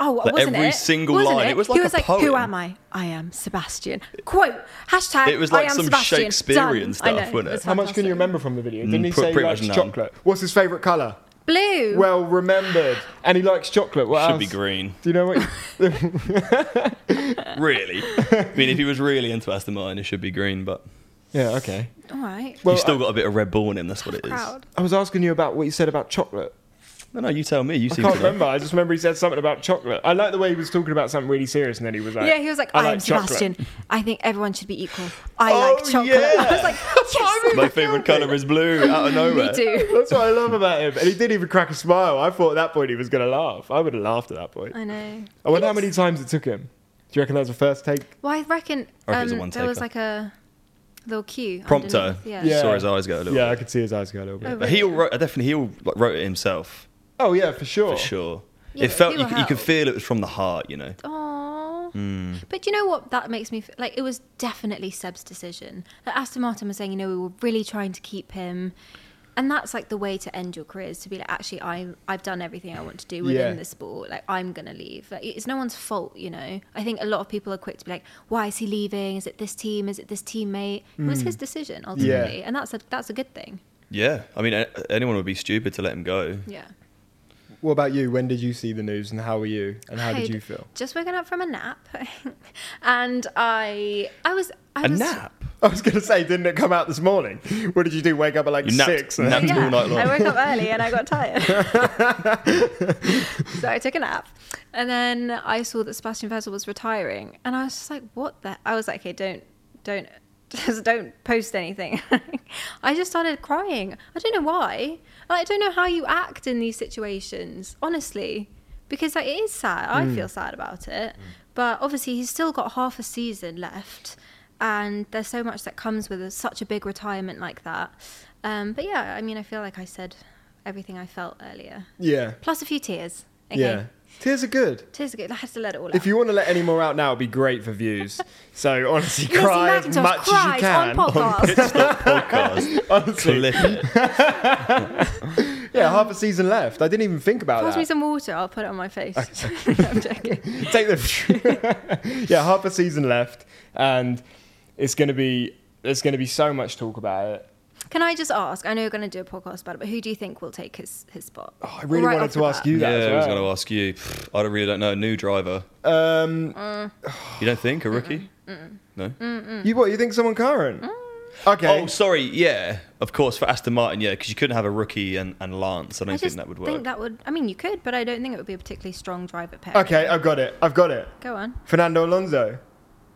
Speaker 3: Oh,
Speaker 2: Like,
Speaker 3: wasn't
Speaker 2: every
Speaker 3: it?
Speaker 2: single
Speaker 3: wasn't
Speaker 2: line.
Speaker 3: It?
Speaker 2: It was
Speaker 3: he
Speaker 2: like
Speaker 3: was
Speaker 2: a
Speaker 3: like, "Who
Speaker 2: poem.
Speaker 3: am I? I am Sebastian." Quote. Hashtag.
Speaker 2: It was
Speaker 3: I
Speaker 2: like
Speaker 3: am
Speaker 2: some
Speaker 3: Sebastian.
Speaker 2: Shakespearean
Speaker 3: Done.
Speaker 2: stuff,
Speaker 3: I know,
Speaker 2: wasn't it?
Speaker 3: was
Speaker 1: How much can you
Speaker 3: fantastic.
Speaker 1: remember from the video? Didn't he
Speaker 2: Mm, pr-
Speaker 1: say he
Speaker 2: pretty
Speaker 1: likes
Speaker 2: much none.
Speaker 1: chocolate? What's his favourite colour?
Speaker 3: Blue.
Speaker 1: Well remembered. And he likes chocolate. What
Speaker 2: Should
Speaker 1: else?
Speaker 2: be green.
Speaker 1: Do you know what?
Speaker 2: Really? I mean, if he was really into Aston Martin, it should be green, but
Speaker 1: yeah, okay.
Speaker 3: All right.
Speaker 1: Well,
Speaker 2: he's still
Speaker 1: I-
Speaker 2: got a bit of Red Bull in him. That's what it is.
Speaker 3: Crowd.
Speaker 1: I was asking you about what you said about chocolate.
Speaker 2: No, no, you tell me. You
Speaker 1: I
Speaker 2: seem
Speaker 1: can't
Speaker 2: to know.
Speaker 1: remember. I just remember he said something about chocolate. I like the way he was talking about something really serious, and then he was like,
Speaker 3: yeah, he was like,
Speaker 1: I
Speaker 3: "I'm
Speaker 1: like chocolate."
Speaker 3: Sebastian. I think everyone should be equal. I
Speaker 2: Oh,
Speaker 3: like chocolate."
Speaker 2: yeah.
Speaker 3: I was like, "Yes,
Speaker 2: My favorite color is blue. Out of nowhere.
Speaker 3: me too."
Speaker 1: That's what I love about him. And he didn't even crack a smile. I thought at that point he was going to laugh. I would have laughed at that point.
Speaker 3: I know.
Speaker 1: I wonder how many times it took him. Do you reckon that was the first take?
Speaker 3: Well, I reckon
Speaker 2: I reckon it's a
Speaker 3: um, there
Speaker 2: one-taker.
Speaker 3: was like a little cue.
Speaker 2: Prompter.
Speaker 3: underneath,
Speaker 1: Yeah.
Speaker 3: Yeah.
Speaker 2: Saw his eyes go a little.
Speaker 1: Yeah, I
Speaker 2: bit.
Speaker 1: could see his eyes go a little bit.
Speaker 3: Oh.
Speaker 2: But he all wrote. Definitely, he all like, wrote it himself
Speaker 1: Oh, yeah, for sure.
Speaker 2: for sure.
Speaker 3: Yeah,
Speaker 2: it felt
Speaker 3: he
Speaker 2: you,
Speaker 3: will
Speaker 2: could- you could
Speaker 3: help.
Speaker 2: feel it was from the heart. You know.
Speaker 3: Aww.
Speaker 1: Mm.
Speaker 3: But you know what? That makes me feel like it was definitely Seb's decision. Like Aston Martin was saying, you know, we were really trying to keep him. And that's like the way to end your career is to be like, actually, I, I've done everything I want to do within
Speaker 1: Yeah.
Speaker 3: the sport. Like, I'm going to leave. Like, it's no one's fault, you know? I think a lot of people are quick to be like, why is he leaving? Is it this team? Is it this teammate? It was
Speaker 1: Mm.
Speaker 3: his decision, ultimately. And that's a, that's a good thing.
Speaker 2: Yeah. I mean, a- anyone would be stupid to let him go.
Speaker 3: Yeah.
Speaker 1: What about you? When did you see the news and how were you? And how did
Speaker 3: I'd
Speaker 1: you feel?
Speaker 3: Just woken up from a nap. and I I was. I
Speaker 2: A
Speaker 3: was,
Speaker 2: nap.
Speaker 1: I was going to say, didn't it come out this morning? What did you do? Wake up at like
Speaker 2: You napped-
Speaker 1: six?
Speaker 2: napped
Speaker 3: Yeah,
Speaker 2: all night long.
Speaker 3: I woke up early and I got tired. so I took a nap. And then I saw that Sebastian Vettel was retiring. And I was just like, what the? I was like, okay, don't, don't, just don't post anything. I just started crying. I don't know why. Like, I don't know how you act in these situations, honestly. Because like, it is sad. I feel sad about it. But obviously, he's still got half a season left. And there's so much that comes with a, such a big retirement like that. Um, but yeah, I mean, I feel like I said everything I felt earlier.
Speaker 1: Yeah.
Speaker 3: Plus a few tears. Okay.
Speaker 1: Yeah. Tears are good.
Speaker 3: Tears are good. I had to let it all out.
Speaker 1: If you want to let any more out now, it'd be great for views. So honestly, cry as
Speaker 3: McIntosh
Speaker 1: much as you
Speaker 3: cries on
Speaker 1: can.
Speaker 3: podcast.
Speaker 2: Podcast.
Speaker 1: Honestly,
Speaker 2: Clip it.
Speaker 1: yeah, half a season left. I didn't even think about
Speaker 3: Pass
Speaker 1: that.
Speaker 3: me some water. I'll put it on my face. I'm joking.
Speaker 1: Take the yeah, half a season left, and it's gonna be there's gonna be so much talk about it.
Speaker 3: Can I just ask? I know you're going to do a podcast about it, but who do you think will take his, his spot?
Speaker 1: Oh, I really
Speaker 3: Right
Speaker 1: wanted
Speaker 3: off
Speaker 1: to
Speaker 3: the
Speaker 1: ask
Speaker 3: bat.
Speaker 1: you
Speaker 2: Yeah,
Speaker 1: that.
Speaker 2: I was
Speaker 1: as
Speaker 2: going
Speaker 1: well.
Speaker 2: to ask you. I don't really don't know. New driver.
Speaker 1: Um,
Speaker 2: You don't think a rookie? No.
Speaker 3: Mm.
Speaker 1: you what? You think someone current? Okay.
Speaker 2: Oh, sorry. Yeah, of course for Aston Martin. Yeah, because you couldn't have a rookie and, and Lance. I don't
Speaker 3: I
Speaker 2: think
Speaker 3: just
Speaker 2: that would
Speaker 3: think
Speaker 2: work.
Speaker 3: that would. I mean, you could, but I don't think it would be a particularly strong driver pair.
Speaker 1: okay, I've got it. I've got it.
Speaker 3: Go on.
Speaker 1: Fernando Alonso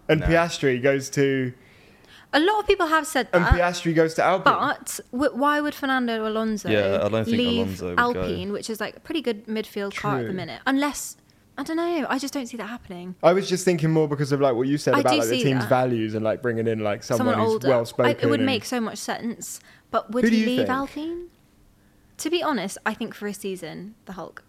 Speaker 1: and
Speaker 2: No.
Speaker 1: Piastri goes to
Speaker 3: A lot of people have said
Speaker 1: and
Speaker 3: that.
Speaker 1: Piastri goes to Albon.
Speaker 3: Uh, But w- why would Fernando Alonso
Speaker 2: Yeah, I don't think
Speaker 3: leave
Speaker 2: Alonso would go.
Speaker 3: Alpine, which is like a pretty good midfield car at
Speaker 1: True.
Speaker 3: the minute? Unless I don't know. I just don't see that happening.
Speaker 1: I was just thinking more because of like what you said
Speaker 3: I
Speaker 1: about
Speaker 3: do
Speaker 1: like the
Speaker 3: see
Speaker 1: team's
Speaker 3: that.
Speaker 1: values and like bringing in like someone,
Speaker 3: Someone
Speaker 1: who's
Speaker 3: older.
Speaker 1: well
Speaker 3: I-
Speaker 1: spoken.
Speaker 3: it would make so much sense. But would
Speaker 1: Who do
Speaker 3: he
Speaker 1: you
Speaker 3: leave
Speaker 1: think?
Speaker 3: Alpine? To be honest, I think for a season, the Hulk.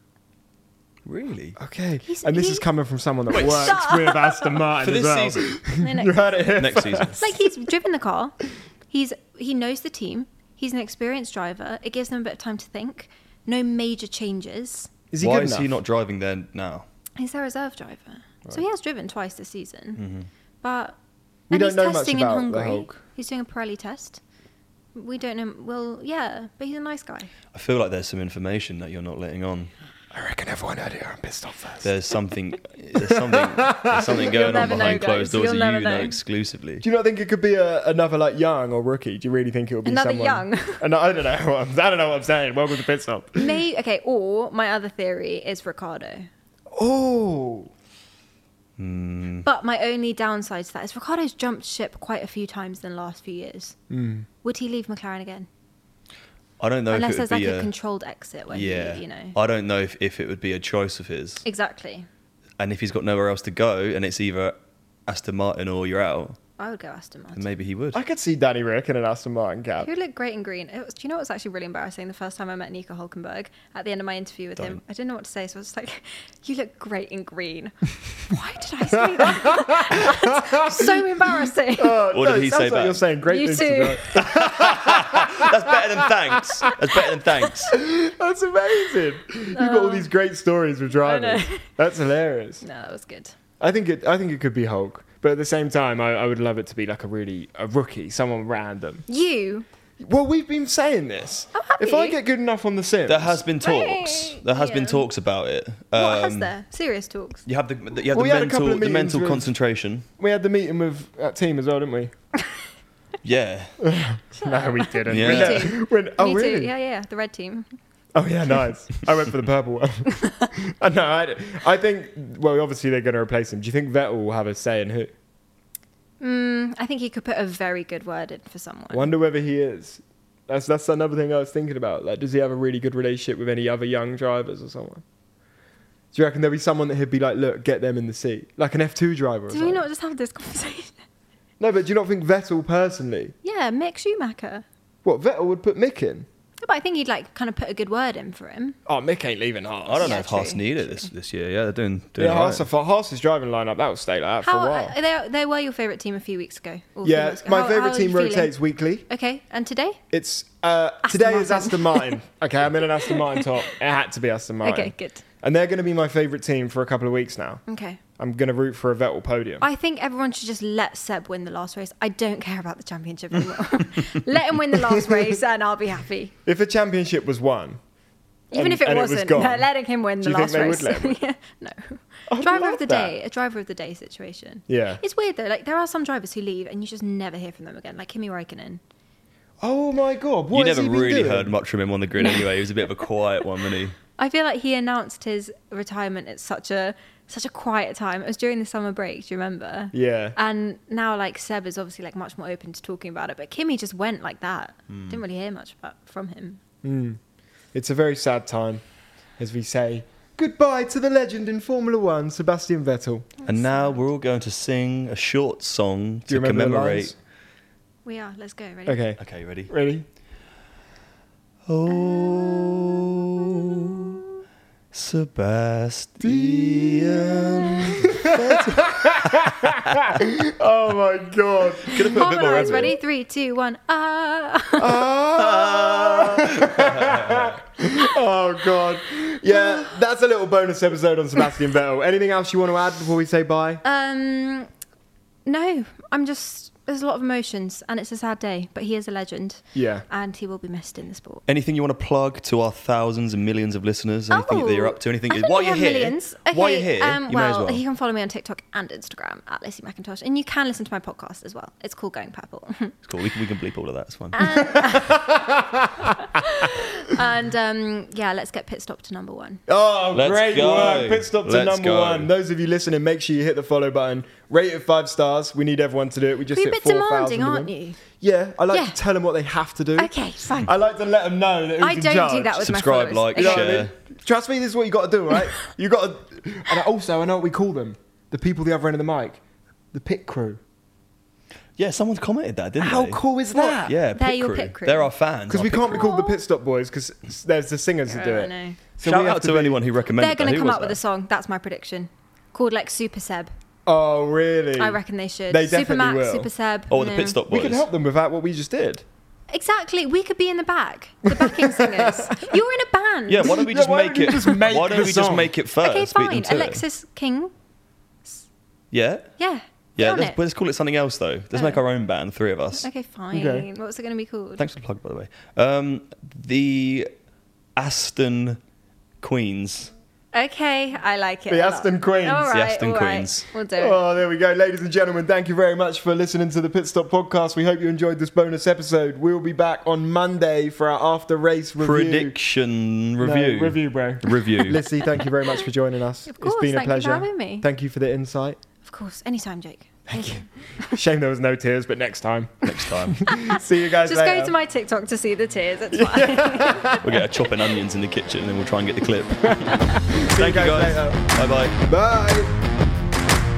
Speaker 2: really?
Speaker 1: Okay,
Speaker 3: He's-
Speaker 1: and this
Speaker 3: he-
Speaker 1: is coming from someone that
Speaker 2: Wait,
Speaker 1: works
Speaker 3: stop.
Speaker 1: with Aston Martin
Speaker 2: For this
Speaker 1: as well.
Speaker 2: season,
Speaker 3: No, no.
Speaker 1: You heard it here
Speaker 2: next season.
Speaker 3: It's like he's driven the car. He's he knows the team. He's an experienced driver. It gives them a bit of time to think. No major changes.
Speaker 1: Is he
Speaker 2: Why
Speaker 1: good
Speaker 2: is he
Speaker 1: enough?
Speaker 2: not driving there now?
Speaker 3: He's their reserve driver, so he has driven twice this season. But
Speaker 1: Mm-hmm. We
Speaker 3: and
Speaker 1: don't
Speaker 3: he's
Speaker 1: know much
Speaker 3: testing
Speaker 1: about the
Speaker 3: in Hungary.
Speaker 1: Hulk.
Speaker 3: He's doing a Pirelli test. We don't know. Well, yeah, but he's a nice guy.
Speaker 2: I feel like there's some information that you're not letting on.
Speaker 1: I reckon everyone heard it. here. I'm pissed off first.
Speaker 2: There's something. there's something. There's something going on
Speaker 3: never know,
Speaker 2: behind
Speaker 3: guys.
Speaker 2: closed doors
Speaker 3: You'll
Speaker 2: that
Speaker 3: never
Speaker 2: you know
Speaker 3: know.
Speaker 2: exclusively.
Speaker 1: Do you not think it could be a, another like young or rookie? Do you really think it would be
Speaker 3: Another
Speaker 1: someone?
Speaker 3: young.
Speaker 1: Ano- I don't know. What I'm, I don't know what I'm saying. Welcome to pit stop.
Speaker 3: May okay. Or my other theory is Ricardo.
Speaker 1: Oh,
Speaker 3: But my only downside to that is Ricardo's jumped ship quite a few times in the last few years. Would he leave McLaren again?
Speaker 2: I don't know
Speaker 3: Unless
Speaker 2: if it would
Speaker 3: there's
Speaker 2: be
Speaker 3: like a,
Speaker 2: a.
Speaker 3: controlled exit where
Speaker 2: yeah,
Speaker 3: he, you know.
Speaker 2: I don't know if, if it would be a choice of his,
Speaker 3: exactly.
Speaker 2: and if he's got nowhere else to go, and it's either Aston Martin or you're out,
Speaker 3: I would go Aston
Speaker 2: then
Speaker 3: Martin.
Speaker 2: maybe he would.
Speaker 1: I could see Danny Rick in an Aston Martin cap.
Speaker 3: He would look great in green. It was, do you know what was actually really embarrassing? The first time I met Nico Hulkenberg at the end of my interview with him,
Speaker 2: Don't.
Speaker 3: I didn't know what to say, so I was just like, "You look great in green." Why did I say that? so embarrassing.
Speaker 1: Oh,
Speaker 2: What did
Speaker 1: it
Speaker 2: he
Speaker 1: sounds
Speaker 2: say
Speaker 1: like
Speaker 2: back?
Speaker 1: You're saying great
Speaker 3: You
Speaker 1: things
Speaker 3: too.
Speaker 1: tonight.
Speaker 2: That's better than thanks. That's better than thanks.
Speaker 1: That's amazing. You've got all these great stories with drivers.
Speaker 3: Uh, know.
Speaker 1: That's hilarious.
Speaker 3: no, that was good.
Speaker 1: I think it. I think it could be Hulk, but at the same time, I, I would love it to be like a really a rookie, someone random.
Speaker 3: You
Speaker 1: Well, we've been saying this.
Speaker 3: Oh, have
Speaker 1: if I
Speaker 3: you?
Speaker 1: get good enough on the Sims,
Speaker 2: There has been talks. There has been
Speaker 3: Yeah.
Speaker 2: talks about it.
Speaker 3: what has
Speaker 2: Um,
Speaker 3: there? Serious talks.
Speaker 2: You have the you have
Speaker 1: Well, we
Speaker 2: the
Speaker 1: had a couple
Speaker 2: mental
Speaker 1: of
Speaker 2: the
Speaker 1: meetings
Speaker 2: mental
Speaker 1: with-
Speaker 2: concentration.
Speaker 1: we had the meeting with that team as well, didn't we?
Speaker 2: Yeah,
Speaker 1: No, we didn't.
Speaker 2: Yeah.
Speaker 1: We
Speaker 2: Me
Speaker 1: never-
Speaker 3: too.
Speaker 1: when- oh,
Speaker 3: Me
Speaker 1: really?
Speaker 3: too. Yeah, yeah. The red team.
Speaker 1: Oh yeah, nice. I went for the purple one. Uh, no, I, I think. Well, obviously they're going to replace him. Do you think Vettel will have a say in who?
Speaker 3: Mm, I think you could put a very good word in for someone.
Speaker 1: Wonder whether he is. That's that's another thing I was thinking about. Like, does he have a really good relationship with any other young drivers or someone? Do you reckon there'll be someone that he'd be like, look, get them in the seat, like an F two driver? Or
Speaker 3: Did we
Speaker 1: something?
Speaker 3: not just have this conversation?
Speaker 1: No, but do you not think Vettel personally?
Speaker 3: Yeah, Mick Schumacher.
Speaker 1: What Vettel would put Mick in?
Speaker 3: But I think he'd like kind of put a good word in for him.
Speaker 1: Oh, Mick ain't leaving Haas.
Speaker 2: I don't know
Speaker 3: Yeah,
Speaker 2: if Haas
Speaker 3: true,
Speaker 2: need it this, this year. Yeah, they're doing doing
Speaker 1: Yeah,
Speaker 2: all
Speaker 1: Haas,
Speaker 2: right.
Speaker 1: for Haas's driving lineup that will stay like that for a
Speaker 3: How
Speaker 1: while.
Speaker 3: they, they were your favorite team a few weeks ago. or a few
Speaker 1: yeah,
Speaker 3: months ago.
Speaker 1: my
Speaker 3: How- how
Speaker 1: favorite
Speaker 3: are
Speaker 1: team
Speaker 3: you feeling?
Speaker 1: rotates weekly.
Speaker 3: Okay, and today?
Speaker 1: It's uh, today is
Speaker 3: Martin.
Speaker 1: Aston Martin. okay, I'm in an Aston Martin top. It had to be Aston Martin.
Speaker 3: Okay, good.
Speaker 1: And they're going to be my favorite team for a couple of weeks now.
Speaker 3: Okay.
Speaker 1: I'm going to root for a Vettel podium.
Speaker 3: I think everyone should just let Seb win the last race. I don't care about the championship anymore. let him win the last race and I'll be happy.
Speaker 1: if a championship was won,
Speaker 3: Even
Speaker 1: And-
Speaker 3: if it
Speaker 1: and it was
Speaker 3: wasn't,
Speaker 1: gone.
Speaker 3: no, letting him win
Speaker 1: Do
Speaker 3: the
Speaker 1: you think
Speaker 3: last
Speaker 1: they would let
Speaker 3: race.
Speaker 1: him win?
Speaker 3: yeah, no.
Speaker 1: I'd
Speaker 3: driver
Speaker 1: love
Speaker 3: of the
Speaker 1: that.
Speaker 3: day, a driver of the day situation.
Speaker 1: Yeah.
Speaker 3: It's weird though. Like there are some drivers who leave and you just never hear from them again, like Kimi Raikkonen.
Speaker 1: Oh my God! What
Speaker 2: you
Speaker 1: has
Speaker 2: never
Speaker 1: he been
Speaker 2: really
Speaker 1: doing?
Speaker 2: heard much from him on the grid anyway. He was a bit of a quiet one, wasn't he?
Speaker 3: I feel like he announced his retirement at such a such a quiet time. It was during the summer break. Do you remember?
Speaker 1: Yeah.
Speaker 3: And now, like Seb is obviously like much more open to talking about it, but Kimmy just went like that.
Speaker 1: Hmm.
Speaker 3: Didn't really hear much about, from him.
Speaker 1: It's a very sad time, as we say goodbye to the legend in Formula One, Sebastian Vettel.
Speaker 2: And now we're all going to sing a short song
Speaker 1: Do you
Speaker 2: to
Speaker 1: remember the
Speaker 2: commemorate.
Speaker 1: lines?
Speaker 3: We are. Let's go. Ready?
Speaker 1: Okay,
Speaker 2: Okay, you ready?
Speaker 1: ready?
Speaker 2: Oh, Sebastian.
Speaker 1: Oh my God!
Speaker 2: Could have put a bit more
Speaker 3: Harmonize.
Speaker 2: effort in.
Speaker 3: Ready? Three, two, one. Ah.
Speaker 1: oh God! Yeah, that's a little bonus episode on Sebastian Vettel. Anything else you want to add before we say bye?
Speaker 3: um. No, I'm just. There's a lot of emotions, and it's a sad day. But he is a legend,
Speaker 1: Yeah.
Speaker 3: and he will be missed in the sport.
Speaker 2: Anything you want to plug to our thousands and millions of listeners? Anything that you're up to? Anything?
Speaker 3: Oh, I don't
Speaker 2: While
Speaker 3: know
Speaker 2: you're
Speaker 3: if I
Speaker 2: here,
Speaker 3: have millions. Okay,
Speaker 2: while you're here,
Speaker 3: um,
Speaker 2: you
Speaker 3: well,
Speaker 2: may as well.
Speaker 3: you can follow me on TikTok and Instagram at Lacey McIntosh, and you can listen to my podcast as well. It's called Going Purple.
Speaker 2: It's cool. We can, we can bleep all of that. It's fine.
Speaker 3: Uh, and um, yeah, let's get pit stop to number one.
Speaker 1: Oh,
Speaker 2: Let's
Speaker 1: great
Speaker 2: go.
Speaker 1: work. Pit stop to
Speaker 2: Let's
Speaker 1: number
Speaker 2: go.
Speaker 1: one. Those of you listening, make sure you hit the follow button. Rate it five stars. We need everyone to do it. We just
Speaker 3: You're a
Speaker 1: hit
Speaker 3: bit
Speaker 1: 4,000
Speaker 3: demanding,
Speaker 1: of
Speaker 3: aren't
Speaker 1: them.
Speaker 3: you?
Speaker 1: Yeah, I like
Speaker 3: Yeah.
Speaker 1: to tell them what they have to do.
Speaker 3: Okay, fine.
Speaker 1: I like to let them know that who's
Speaker 3: I
Speaker 1: in
Speaker 3: don't do
Speaker 1: charge.
Speaker 3: that with
Speaker 2: Subscribe,
Speaker 3: my followers.
Speaker 2: like,
Speaker 1: You know what I
Speaker 2: share.
Speaker 1: mean? Trust me, this is what you got to do, right? you got to. And I- also, I know what we call them: the people the other end of the mic, the pit crew.
Speaker 2: yeah, someone commented that, didn't
Speaker 1: How
Speaker 2: they?
Speaker 1: cool is that?
Speaker 2: Yeah,
Speaker 3: They're
Speaker 2: pit
Speaker 3: your
Speaker 2: crew.
Speaker 3: pit crew.
Speaker 2: They're our fans.
Speaker 1: Because
Speaker 2: our
Speaker 1: we
Speaker 2: pit
Speaker 1: can't be
Speaker 2: crew.
Speaker 1: called the pit stop boys because there's the singers that do
Speaker 3: I
Speaker 1: it.
Speaker 3: know.
Speaker 1: So
Speaker 2: Shout
Speaker 1: we have
Speaker 2: out to,
Speaker 1: be-
Speaker 2: anyone who recommended
Speaker 3: They're
Speaker 2: that.
Speaker 3: going to
Speaker 2: Who
Speaker 3: come
Speaker 2: was
Speaker 3: up with
Speaker 2: that?
Speaker 3: a song. That's my prediction. Called like Super Seb.
Speaker 1: Oh, really?
Speaker 3: I reckon they should.
Speaker 1: They
Speaker 3: Super
Speaker 1: definitely
Speaker 3: Max,
Speaker 1: will.
Speaker 3: Super Seb.
Speaker 2: Oh, the
Speaker 3: no.
Speaker 2: pit stop
Speaker 1: We
Speaker 2: boys.
Speaker 1: could help them without what we just did.
Speaker 3: Exactly. We could be in the back, the backing singers. You're in a band.
Speaker 2: Yeah, why don't we
Speaker 1: Yeah,
Speaker 2: just
Speaker 1: why
Speaker 2: make
Speaker 1: don't we
Speaker 2: it?
Speaker 1: just make
Speaker 2: why
Speaker 1: the
Speaker 2: don't we just
Speaker 1: song?
Speaker 2: make it first?
Speaker 3: okay,
Speaker 2: beat them
Speaker 3: fine.
Speaker 2: to it.
Speaker 3: Alexis King.
Speaker 2: Yeah,
Speaker 3: Yeah. get
Speaker 2: yeah.
Speaker 3: on
Speaker 2: Let's,
Speaker 3: it.
Speaker 2: let's call it something else though. Let's
Speaker 3: Oh.
Speaker 2: make our own band, three of us.
Speaker 3: Okay, fine.
Speaker 1: Okay.
Speaker 3: What's it going to be called?
Speaker 2: Thanks for the plug, by the way. Um, the Aston Queens.
Speaker 3: Okay, I like it.
Speaker 1: The
Speaker 3: a lot.
Speaker 1: Aston Queens.
Speaker 3: All
Speaker 1: The
Speaker 3: right,
Speaker 2: Aston
Speaker 3: all right.
Speaker 2: Queens.
Speaker 3: We'll do it.
Speaker 1: Oh, there we go. Ladies and gentlemen, thank you very much for listening to the Pit Stop Podcast. We hope you enjoyed this bonus episode. We'll be back on Monday for our after race review.
Speaker 2: Prediction
Speaker 1: No,
Speaker 2: review.
Speaker 1: review, bro.
Speaker 2: Review.
Speaker 1: Lissy, thank you very much for joining us.
Speaker 3: Of course,
Speaker 1: it's been a
Speaker 3: thank you for
Speaker 1: pleasure.
Speaker 3: having me.
Speaker 1: Thank you for the insight.
Speaker 3: Of course, anytime, Jake. Thank you.
Speaker 1: Shame there was no tears, but next time.
Speaker 2: Next time
Speaker 1: See you guys
Speaker 3: Just
Speaker 1: later.
Speaker 3: go to my TikTok to see the tears. It's fine.
Speaker 2: we'll get a chopping onions in the kitchen, and then we'll try and get the clip.
Speaker 1: See
Speaker 2: Thank you
Speaker 1: you guys,
Speaker 2: guys.
Speaker 1: later.
Speaker 2: Bye bye.
Speaker 1: Bye.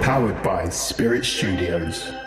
Speaker 4: powered by Spirit Studios.